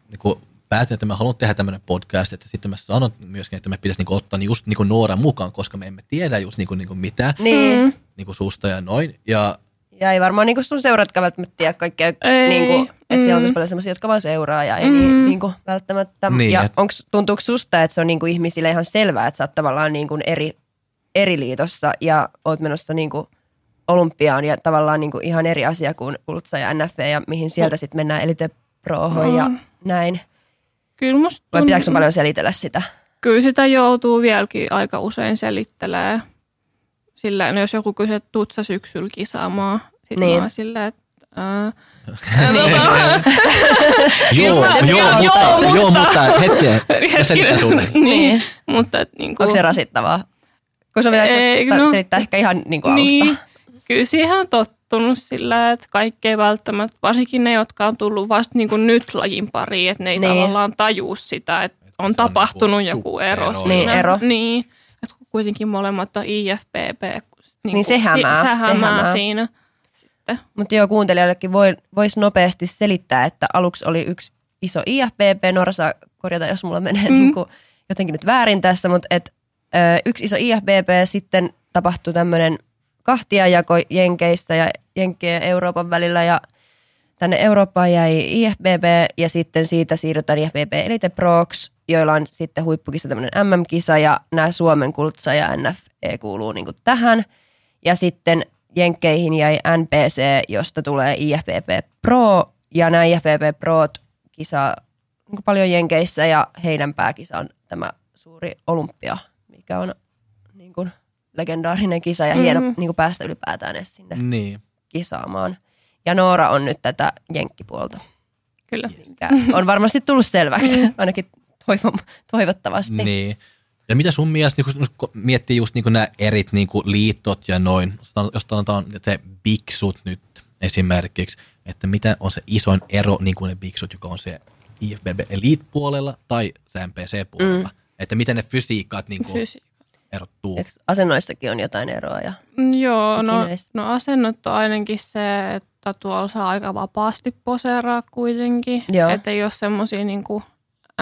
Speaker 3: niin kuin päätin, että mä haluan tehdä tämmöinen podcast, että sitten mä sanon myöskin, että me pitäisi niin kuin, ottaa niin just niin kuin Nooran mukaan, koska me emme tiedä just niin kuin, niin kuin mitä
Speaker 1: Niin. Mm.
Speaker 3: niin kuin susta ja noin. Ja
Speaker 1: Ja ei varmaan niinku sun seuratkaan välttämättä tiedä kaikkea,
Speaker 2: Ei,
Speaker 1: niinku, että mm. siellä on
Speaker 2: mm.
Speaker 1: tosi paljon sellaisia, jotka vaan seuraa ja ei mm. niinku, välttämättä.
Speaker 3: Niin,
Speaker 1: ja
Speaker 3: et-
Speaker 1: onks, tuntuuko susta, että se on niinku ihmisille ihan selvää, että sä oot tavallaan niinku eri, eri liitossa ja oot menossa niinku olympiaan ja tavallaan niinku ihan eri asia kuin Ultsa ja NFV ja mihin sieltä sitten mennään Elite Prohon ja
Speaker 2: Mm.
Speaker 1: näin.
Speaker 2: Kyllä musta
Speaker 1: Vai
Speaker 2: tunt-
Speaker 1: pitääkö sun paljon selitellä sitä?
Speaker 2: Kyllä sitä joutuu vieläkin aika usein selittelee. Sillä no jos joku kysyy, että tuut sä syksyllä kisaamaan, sit
Speaker 1: Niin.
Speaker 2: niin. mä oon silleen, että... Ää, tota,
Speaker 3: joo,
Speaker 2: Kyllä se
Speaker 3: joo,
Speaker 2: pitää- joo,
Speaker 3: mutta,
Speaker 2: mutta-
Speaker 3: joo, mutta hetki, mä selitän
Speaker 2: hetkinen.
Speaker 3: niin. No sulle.
Speaker 2: niin, mutta et niinku,
Speaker 1: Onko se rasittavaa? Kun se pitää
Speaker 2: Ei,
Speaker 1: ta-
Speaker 2: no-
Speaker 1: selittää ehkä ihan niinku alusta.
Speaker 2: niin, kyllä siihen on tottunut sillä, että kaikki ei välttämättä, varsinkin ne, jotka on tullut vasta niinku nyt lajin pariin, että ne ei
Speaker 1: Niin.
Speaker 2: niin. tavallaan tajuu sitä, että
Speaker 3: Että
Speaker 2: on
Speaker 3: se on
Speaker 2: tapahtunut
Speaker 3: niinku
Speaker 2: joku
Speaker 3: tu-
Speaker 2: ero.
Speaker 3: ero,
Speaker 2: siinä.
Speaker 1: Niin, ero.
Speaker 2: Niin, että kun kuitenkin molemmat on IFBB. Niin,
Speaker 1: se hämää, se
Speaker 2: Se hämää
Speaker 1: hämää.
Speaker 2: siinä.
Speaker 1: Mutta joo, kuuntelijoillekin voi, voisi nopeasti selittää, että aluksi oli yksi iso IFBB, Noora saa korjata, jos mulla menee mm.
Speaker 2: Mm.
Speaker 1: niin kuin jotenkin nyt väärin tässä, mutta et, ö, yksi iso IFBB, sitten tapahtui tämmöinen kahtiajako Jenkeissä ja Jenkkien ja Euroopan välillä ja tänne Eurooppaan jäi IFBB ja sitten siitä siirrytään IFBB Elite Prox, joilla on sitten huippukisa tämmöinen MM-kisa ja nämä Suomen kultsa ja NFE kuuluu niin tähän. Ja sitten Jenkkeihin jäi NPC, josta tulee IFBB Pro ja nämä IFBB Proot kisa niin paljon Jenkeissä ja heidän pääkisa on tämä suuri Olympia, mikä on niin kuin legendaarinen kisa ja hieno
Speaker 2: Mhm.
Speaker 1: niin kuin päästä ylipäätään edes sinne
Speaker 3: Niin.
Speaker 1: kisaamaan. Ja Noora on nyt tätä jenkkipuolta,
Speaker 2: Kyllä.
Speaker 1: mikä on varmasti tullut selväksi,
Speaker 2: Mm.
Speaker 1: ainakin toivon, toivottavasti. Niin.
Speaker 3: Niin. Ja mitä sun mielestä, niin kun, kun miettii just niin nämä eri niin liitot ja noin, sanotaan- jos sanotaan se biksut nyt esimerkiksi, että mitä on se isoin ero niin kuin ne biksut, joka on se IFBB Elite-puolella tai se MPC-puolella. Mm. Että miten ne fysiikat niin kuin,
Speaker 2: Fysi-
Speaker 3: erottuu.
Speaker 1: Eikö asennoissakin on jotain eroa? Ja...
Speaker 2: Mm. Joo, no,
Speaker 1: Ikinäis-
Speaker 2: no asennot on ainakin se, että tuolla saa aika vapaasti poseeraa kuitenkin.
Speaker 1: Joo.
Speaker 2: Että ei ole semmoisia niin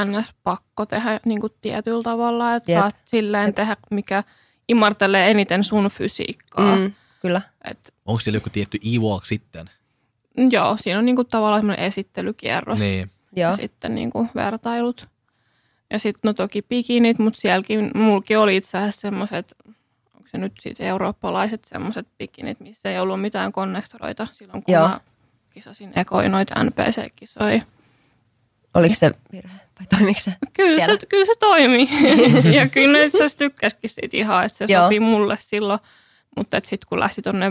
Speaker 2: NS-pakko tehdä niin kuin tietyllä tavalla, että
Speaker 1: Jep.
Speaker 2: saat silleen
Speaker 1: Jep.
Speaker 2: tehdä, mikä imartelee eniten sun fysiikkaa. Mm.
Speaker 1: Mm, kyllä.
Speaker 2: Et,
Speaker 3: Onko siellä joku tietty e-walk sitten?
Speaker 2: joo, siinä on niin kuin tavallaan semmoinen esittelykierros
Speaker 3: Niin.
Speaker 1: Joo.
Speaker 2: ja sitten niin kuin vertailut. Ja sitten no toki bikinit, mutta sielläkin, mulki oli itse asiassa semmoiset, onko se nyt siis eurooppalaiset semmoiset bikinit, missä ei ollut mitään konnektoroita silloin, kun
Speaker 1: Joo.
Speaker 2: Joo. mä kisasin ekoin noita NPC-kisoja.
Speaker 1: Oliko se virhe vai toimiko se?
Speaker 2: Kyllä
Speaker 1: Siellä.
Speaker 2: se, kyllä se toimii. ja kyllä ne itse asiassa tykkäsikin siitä ihan, että se
Speaker 1: Joo.
Speaker 2: Joo. sopii mulle silloin. Mutta sitten kun lähti tonne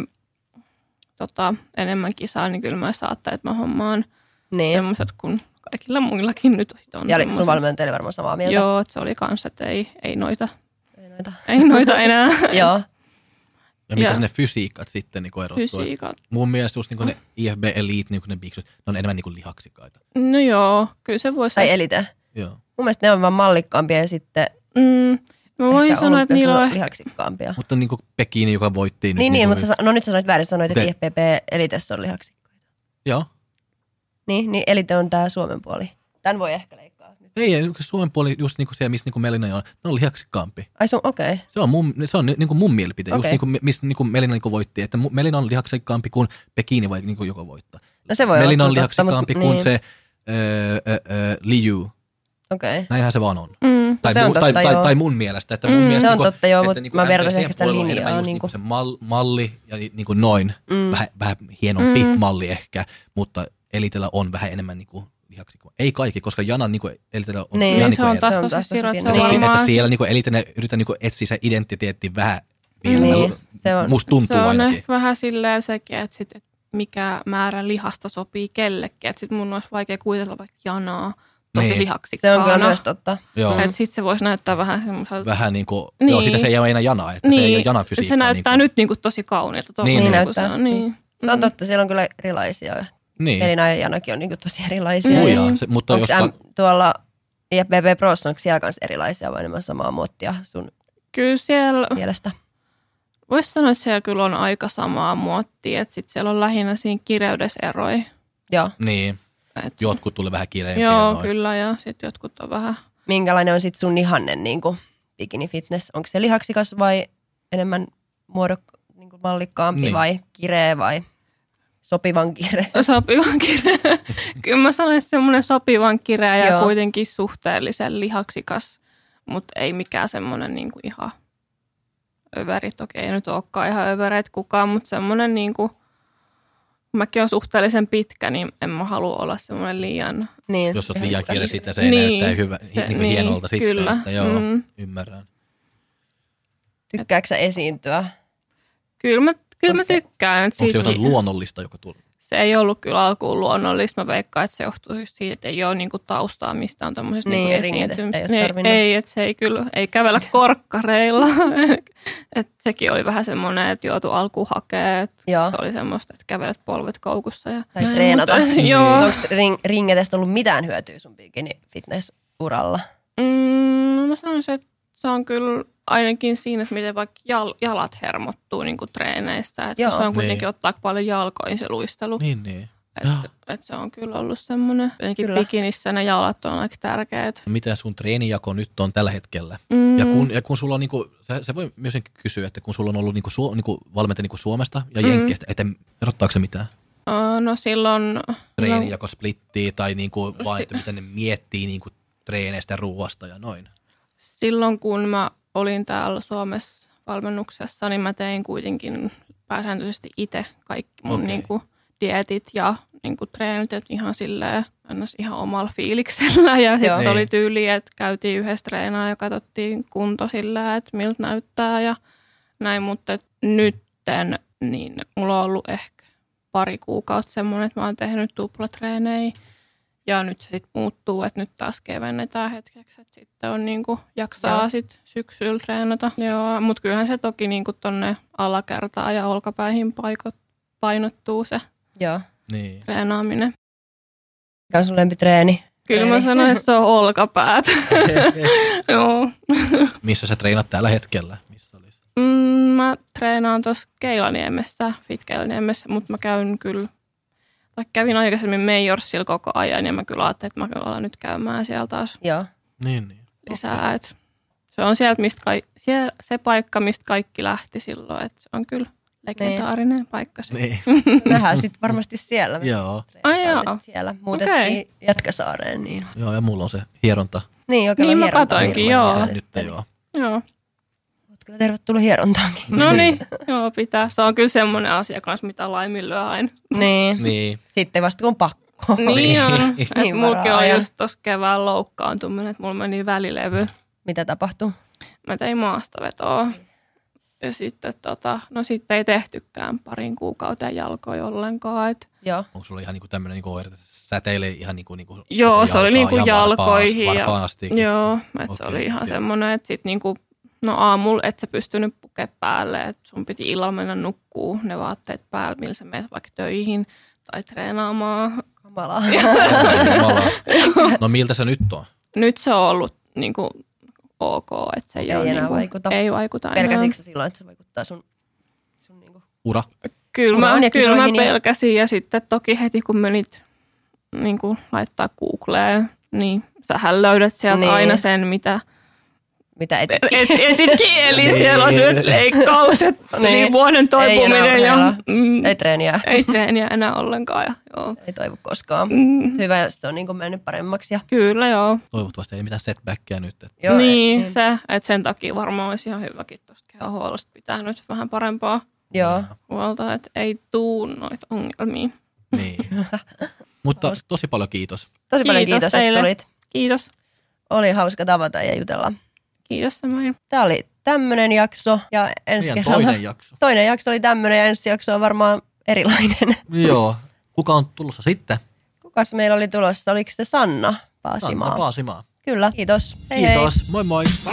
Speaker 2: tota, enemmän kisaan, niin kyllä mä saattaa, että mä hommaan
Speaker 1: Niin.
Speaker 2: semmoiset kuin kaikilla muillakin nyt on.
Speaker 1: Ja oliko sun
Speaker 2: semmoset.
Speaker 1: valmentaja oli varmaan samaa mieltä?
Speaker 2: Joo, että se oli kanssa, että ei, ei, noita,
Speaker 1: Ei noita.
Speaker 2: ei noita enää
Speaker 1: Joo.
Speaker 3: Ja mitä
Speaker 2: Ja.
Speaker 3: ne fysiikat sitten niin kuin erottuu? Et
Speaker 2: fysiikat.
Speaker 3: Mun mielestä just niin kuin
Speaker 1: Ah.
Speaker 3: ne IFB Elite, niin kuin ne biksut, ne on enemmän niin kuin lihaksikkaita.
Speaker 2: No joo, kyllä se voisi...
Speaker 1: Tai elite.
Speaker 3: Joo.
Speaker 1: Mun mielestä ne on vaan mallikkaampia ja sitten
Speaker 2: mm, mä voin
Speaker 1: ehkä
Speaker 2: sanoa, että niillä on...
Speaker 1: olympiasulla
Speaker 2: ehkä-
Speaker 1: lihaksikkaampia.
Speaker 3: Mutta niin kuin Pekini, joka voitti nyt. niinku
Speaker 1: Niin, niin,
Speaker 3: kuin-
Speaker 1: mutta sä, sa- no nyt sä sanoit väärin, sä sanoit, että
Speaker 3: Okei.
Speaker 1: IFPP elitessä on lihaksikkoja.
Speaker 3: Joo.
Speaker 1: Niin, niin elite on tää Suomen puoli. Tän voi ehkä leikkaa.
Speaker 3: Ei, ei, Suomen puoli just niinku siellä, missä niinku Melina on, ne on lihaksikkaampi.
Speaker 1: Ai sun, okei. Okay.
Speaker 3: Se on, mun, se on ni- niinku mun mielipide, okay.
Speaker 1: Okei.
Speaker 3: just niinku, mi- missä niinku Melina niinku voitti, että mu- Melina on lihaksikkaampi kuin Pekini vai niinku joka voittaa.
Speaker 1: No se voi olla
Speaker 3: Melina on
Speaker 1: kyllä totta,
Speaker 3: lihaksikkaampi
Speaker 1: mutta-
Speaker 3: kuin
Speaker 1: niin.
Speaker 3: niin. se öö, öö, Liu.
Speaker 1: Okei. Okay.
Speaker 3: Näinhän se vaan on.
Speaker 2: Mm,
Speaker 1: No
Speaker 3: Tai,
Speaker 1: se on
Speaker 3: mu- tai,
Speaker 1: totta,
Speaker 3: tai,
Speaker 1: joo.
Speaker 3: tai, mun mielestä. Että mun
Speaker 2: Mm.
Speaker 3: mielestä
Speaker 1: Se on
Speaker 3: niinku,
Speaker 1: totta, joo,
Speaker 3: että
Speaker 1: mutta
Speaker 3: niinku
Speaker 1: mä vertasin
Speaker 3: MPCn
Speaker 1: ehkä sitä
Speaker 3: puolella on enemmän
Speaker 1: linjaa
Speaker 3: just
Speaker 1: niinku.
Speaker 3: Niinku se mal, malli ja ni- niinku noin, mm. vähän, vähän hienompi
Speaker 2: Mm.
Speaker 3: mm. malli ehkä, mutta Elitellä on vähän enemmän niinku lihaksikkaampi. Ei kaikki, koska Janan niinku Elitellä on
Speaker 1: Niin,
Speaker 3: ihan
Speaker 2: niin, se
Speaker 3: niinku
Speaker 2: on
Speaker 3: eri.
Speaker 1: Se on
Speaker 2: taas, kun
Speaker 1: taas
Speaker 2: sä
Speaker 1: tosi
Speaker 2: siirrot
Speaker 1: pieni.
Speaker 2: sen
Speaker 1: Eli
Speaker 3: Että, si- että
Speaker 2: varmaan-
Speaker 3: siellä niinku elite ne yrittää niinku etsiä se identiteetti vähän vielä.
Speaker 1: Niin,
Speaker 3: Mulla-
Speaker 1: se on-
Speaker 3: Musta tuntuu
Speaker 2: se on
Speaker 3: ainakin.
Speaker 2: ehkä vähän silleen sekin, että sit, et mikä määrä lihasta sopii kellekin. Sitten mun olisi vaikea kuvitella vaikka janaa tosi
Speaker 3: Niin.
Speaker 2: niin.
Speaker 1: Se
Speaker 2: lihaksikkaana.
Speaker 1: on kyllä myös totta.
Speaker 3: Joo.
Speaker 2: Että sit se voisi näyttää vähän semmoiselta...
Speaker 3: Vähän niin kuin, niin.
Speaker 2: Niin.
Speaker 3: joo, sitä se ei ole enää jana, että niin. se ei ole janan fysiikka.
Speaker 2: se näyttää
Speaker 3: niin
Speaker 2: nyt niinku tosi kauniilta.
Speaker 3: Niin,
Speaker 2: tommoselta,
Speaker 1: niin.
Speaker 2: kun se on,
Speaker 1: Näyttää.
Speaker 2: Niin.
Speaker 1: Se on
Speaker 2: Mm.
Speaker 1: totta, siellä on kyllä erilaisia.
Speaker 3: kuin, Niin,
Speaker 1: Elina ja Janakin on niinku tosi erilaisia.
Speaker 2: Ui,
Speaker 3: Lujaa,
Speaker 2: Niin.
Speaker 3: se, mutta
Speaker 1: Onko
Speaker 3: jos... ka-
Speaker 1: M tuolla IFBB Pros, onko siellä kanssa erilaisia vai enemmän samaa muottia sun
Speaker 2: Kyllä siellä,
Speaker 1: mielestä?
Speaker 2: voisi sanoa, että siellä kyllä on aika samaa muottia. Että sit siellä on lähinnä siinä kireydeseroja.
Speaker 1: Joo.
Speaker 3: Niin,
Speaker 2: Et,
Speaker 3: jotkut tulee vähän kireempiä.
Speaker 2: joo,
Speaker 3: noin.
Speaker 2: kyllä. Ja sitten jotkut on vähän...
Speaker 1: Minkälainen on sitten sun ihanne niin kuin bikini fitness? Onko se lihaksikas vai enemmän muodok, niin kuin mallikkaampi
Speaker 3: Niin.
Speaker 1: niin. vai kireä vai sopivan kireä?
Speaker 2: Sopivan kireä. Kyllä mä sanoin, että semmoinen sopivan kireä ja
Speaker 1: Joo.
Speaker 2: Joo. kuitenkin suhteellisen lihaksikas, mutta ei mikään semmoinen niinku ihan överit. Okei, ei nyt olekaan ihan övereet kukaan, mutta semmoinen niinku, mäkin on suhteellisen pitkä, niin en mä halua olla semmoinen liian...
Speaker 1: Niin.
Speaker 3: Jos olet liian
Speaker 1: lihaksikas.
Speaker 3: kireä, sitten se ei niin.
Speaker 2: Niin.
Speaker 3: näyttää hyvä, se,
Speaker 2: Se-
Speaker 3: niin niin,
Speaker 2: niin,
Speaker 3: hienolta sitten.
Speaker 2: kyllä.
Speaker 3: Että, joo, mm.
Speaker 2: Mm.
Speaker 3: ymmärrän.
Speaker 1: Tykkääksä esiintyä?
Speaker 2: Kyllä mä, kyllä mä
Speaker 1: Onko se-
Speaker 2: tykkään. niin- Että
Speaker 3: Onko se
Speaker 2: siitä-
Speaker 3: jotain luonnollista, joka tulee?
Speaker 2: se ei ollut kyllä alkuun luonnollista. Mä veikkaan, että se johtuu just siitä, että ei ole niinku taustaa mistään tämmöisestä
Speaker 1: Niin,
Speaker 2: niinku
Speaker 1: ringetestä ei
Speaker 2: esiintymisestä.
Speaker 1: ole
Speaker 2: Niin,
Speaker 1: tarvinnut.
Speaker 2: ei, että se ei kyllä, ei kävellä korkkareilla. et sekin oli vähän semmoinen, että joutu alkuun hakee. Et
Speaker 1: Joo.
Speaker 2: se oli semmoista, että kävelet polvet koukussa. Ja
Speaker 1: Oh. Tai treenata. Niin.
Speaker 2: Mutta, joo.
Speaker 1: Onko ring, ringetestä ollut mitään hyötyä sun bikini fitness-uralla?
Speaker 2: Mm, mä sanoisin, että se on kyllä ainakin siinä, että miten vaikka jal- jalat hermottuu niinku treeneissä. Että
Speaker 1: Joo.
Speaker 2: se on
Speaker 3: Niin.
Speaker 2: kuitenkin ottaa paljon jalkoin se luistelu.
Speaker 3: Niin, niin.
Speaker 2: Että et se on kyllä ollut semmoinen. Jotenkin
Speaker 1: Kyllä.
Speaker 2: bikinissä ne jalat on aika tärkeät.
Speaker 3: Mitä sun treenijako nyt on tällä hetkellä?
Speaker 2: Mm.
Speaker 3: Ja kun, ja kun sulla on, niinku, se, se voi myös kysyä, että kun sulla on ollut niinku, su, niinku, valmentaja niinku Suomesta ja
Speaker 2: Mm.
Speaker 3: Jenkkeistä, että erottaako se mitään?
Speaker 2: Ö, No silloin... no,
Speaker 3: Treenijako splittiä tai niinku, vaan,
Speaker 2: Si-
Speaker 3: että miten ne miettii niinku, treeneistä ja ruoasta ja noin.
Speaker 2: silloin kun mä olin täällä Suomessa valmennuksessa, niin mä tein kuitenkin pääsääntöisesti itse kaikki mun
Speaker 3: Okei.
Speaker 2: okay. niinku, dietit ja niinku, treenit et ihan silleen, annas ihan omalla fiiliksellä. Ja
Speaker 1: Joo.
Speaker 2: sitten
Speaker 3: Niin.
Speaker 2: oli tyyli, että käytiin yhdessä treenaa ja katsottiin kunto sillä, että miltä näyttää ja näin. Mutta et nytten, niin mulla on ollut ehkä pari kuukautta semmoinen, että mä oon tehnyt tuplatreenejä. Ja nyt se sitten muuttuu, että nyt taas kevennetään hetkeksi, että sitten on niinku, jaksaa
Speaker 1: Joo.
Speaker 2: sitten syksyllä treenata. Joo, mutta kyllähän se toki niinku tonne alakertaan ja olkapäihin paikot, painottuu se
Speaker 1: Joo.
Speaker 3: Niin.
Speaker 2: treenaaminen.
Speaker 1: Mikä on sun lempitreeni?
Speaker 2: Kyllä
Speaker 1: Eli-
Speaker 2: mä sanoin, että se on olkapäät. Joo.
Speaker 3: Missä sä treenat tällä hetkellä? Missä olisi?
Speaker 2: Mm, mä treenaan tuossa Keilaniemessä, Fit Keilaniemessä, mutta mä käyn kyllä, tai kävin aikaisemmin Meijorsilla koko ajan ja mä kyllä ajattelin, että mä kyllä alan nyt käymään siellä taas
Speaker 1: Joo.
Speaker 3: Niin, niin.
Speaker 2: lisää. Et se on sieltä, mistä kai, sie, se paikka, mistä kaikki lähti silloin. Et se on kyllä legendaarinen niin. paikka. Se.
Speaker 3: Niin.
Speaker 1: Nähdään sitten varmasti siellä. Me
Speaker 3: joo.
Speaker 1: treenataan
Speaker 2: Ai joo.
Speaker 1: nyt Siellä. Muutettiin okay. Jätkäsaareen. Niin,
Speaker 3: joo, ja mulla on se hieronta.
Speaker 1: niin joo,
Speaker 2: Niin, mä
Speaker 1: hierontaa
Speaker 2: katoinkin,
Speaker 1: ilmassa
Speaker 2: joo.
Speaker 1: siellä
Speaker 3: Nyt joo.
Speaker 2: Joo.
Speaker 1: Oot kyllä tervetullut hierontaankin.
Speaker 2: No niin, joo pitää. Se on kyllä semmoinen asia kanssa, mitä laiminlyö aina.
Speaker 1: Niin.
Speaker 3: Niin.
Speaker 1: Sitten vasta kun pakko.
Speaker 2: Niin on.
Speaker 1: Niin
Speaker 2: Et mulki
Speaker 1: varaa
Speaker 2: on
Speaker 1: ajan.
Speaker 2: just tossa kevään loukkaantuminen, että mulla meni välilevy.
Speaker 1: Mitä tapahtuu?
Speaker 2: Mä tein maastavetoa. Ja sitten tota, no sitten ei tehtykään parin kuukauteen jalkoja ollenkaan. Et
Speaker 1: Joo.
Speaker 3: Onko sulla ihan niinku tämmöinen niinku oire, että säteilee ihan niinku, niinku
Speaker 2: Joo, se oli
Speaker 3: jalkaa,
Speaker 2: niinku
Speaker 3: ihan
Speaker 2: jalkoihin
Speaker 3: varpaas-
Speaker 2: ja-
Speaker 3: varpaan astikin.
Speaker 2: Joo, että se
Speaker 3: Okei,
Speaker 2: oli ihan
Speaker 3: joo.
Speaker 2: semmoinen, että sit niinku, no aamulla et sä pystynyt pukea päälle, että sun piti illalla mennä nukkuu ne vaatteet päälle, millä sä menet vaikka töihin tai treenaamaan.
Speaker 1: Kamalaa.
Speaker 3: Herra Jumala. No miltä se nyt on?
Speaker 2: Nyt se on ollut niinku ok, että se ei,
Speaker 1: Ei
Speaker 2: ole
Speaker 1: enää
Speaker 2: niinku,
Speaker 1: vaikuta.
Speaker 2: Ei vaikuta
Speaker 1: Pelkäsitkö sä silloin, että se vaikuttaa sun, sun niinku
Speaker 3: Ura?
Speaker 2: enää. Kyllä
Speaker 1: Mulla on ja
Speaker 2: mä, kyllä mä
Speaker 1: kisoihin, niin-
Speaker 2: pelkäsin ja sitten toki heti kun menit niinku, laittaa Googleen, niin sähän löydät sieltä
Speaker 1: Niin.
Speaker 2: niin. aina sen, mitä
Speaker 1: mitä et,
Speaker 2: et, etitkin, eli
Speaker 3: Niin.
Speaker 2: siellä on nyt leikkaus, et,
Speaker 1: Niin.
Speaker 2: niin. niin vuoden toipuminen
Speaker 1: Ei enää
Speaker 2: ja
Speaker 1: urheilla.
Speaker 2: mm,
Speaker 1: ei treeniä.
Speaker 2: ei treeniä enää ollenkaan. Ja, joo.
Speaker 1: Ei toivo koskaan.
Speaker 2: Mm,
Speaker 1: Hyvä, jos se on niinku mennyt paremmaksi. Ja,
Speaker 2: kyllä joo.
Speaker 3: Toivottavasti ei mitään setbackia nyt. Että
Speaker 1: joo
Speaker 2: niin,
Speaker 1: ei-
Speaker 2: se, että sen takia varmaan olisi ihan hyväkin tuosta kehohuollosta pitää nyt vähän parempaa
Speaker 1: Joo.
Speaker 2: huolta, että ei tuu noita ongelmia.
Speaker 3: Niin. Mutta tosi paljon kiitos.
Speaker 1: Tosi paljon
Speaker 2: Kiitos
Speaker 1: kiitos, että
Speaker 2: teille.
Speaker 1: tulit.
Speaker 2: Kiitos.
Speaker 1: Oli hauska tavata ja jutella.
Speaker 2: Kiitos samoin.
Speaker 1: Tämä oli tämmöinen jakso ja ensi
Speaker 3: Meidän
Speaker 1: kerralla...
Speaker 3: toinen jakso.
Speaker 1: toinen jakso oli tämmöinen ja ensi jakso on varmaan erilainen.
Speaker 3: Joo. Kuka on tulossa sitten?
Speaker 1: Kukas meillä oli tulossa? Oliko se Sanna Paasimaa?
Speaker 3: Sanna Paasimaa.
Speaker 1: Kyllä, kiitos. Hei hei.
Speaker 3: Kiitos. Moi moi.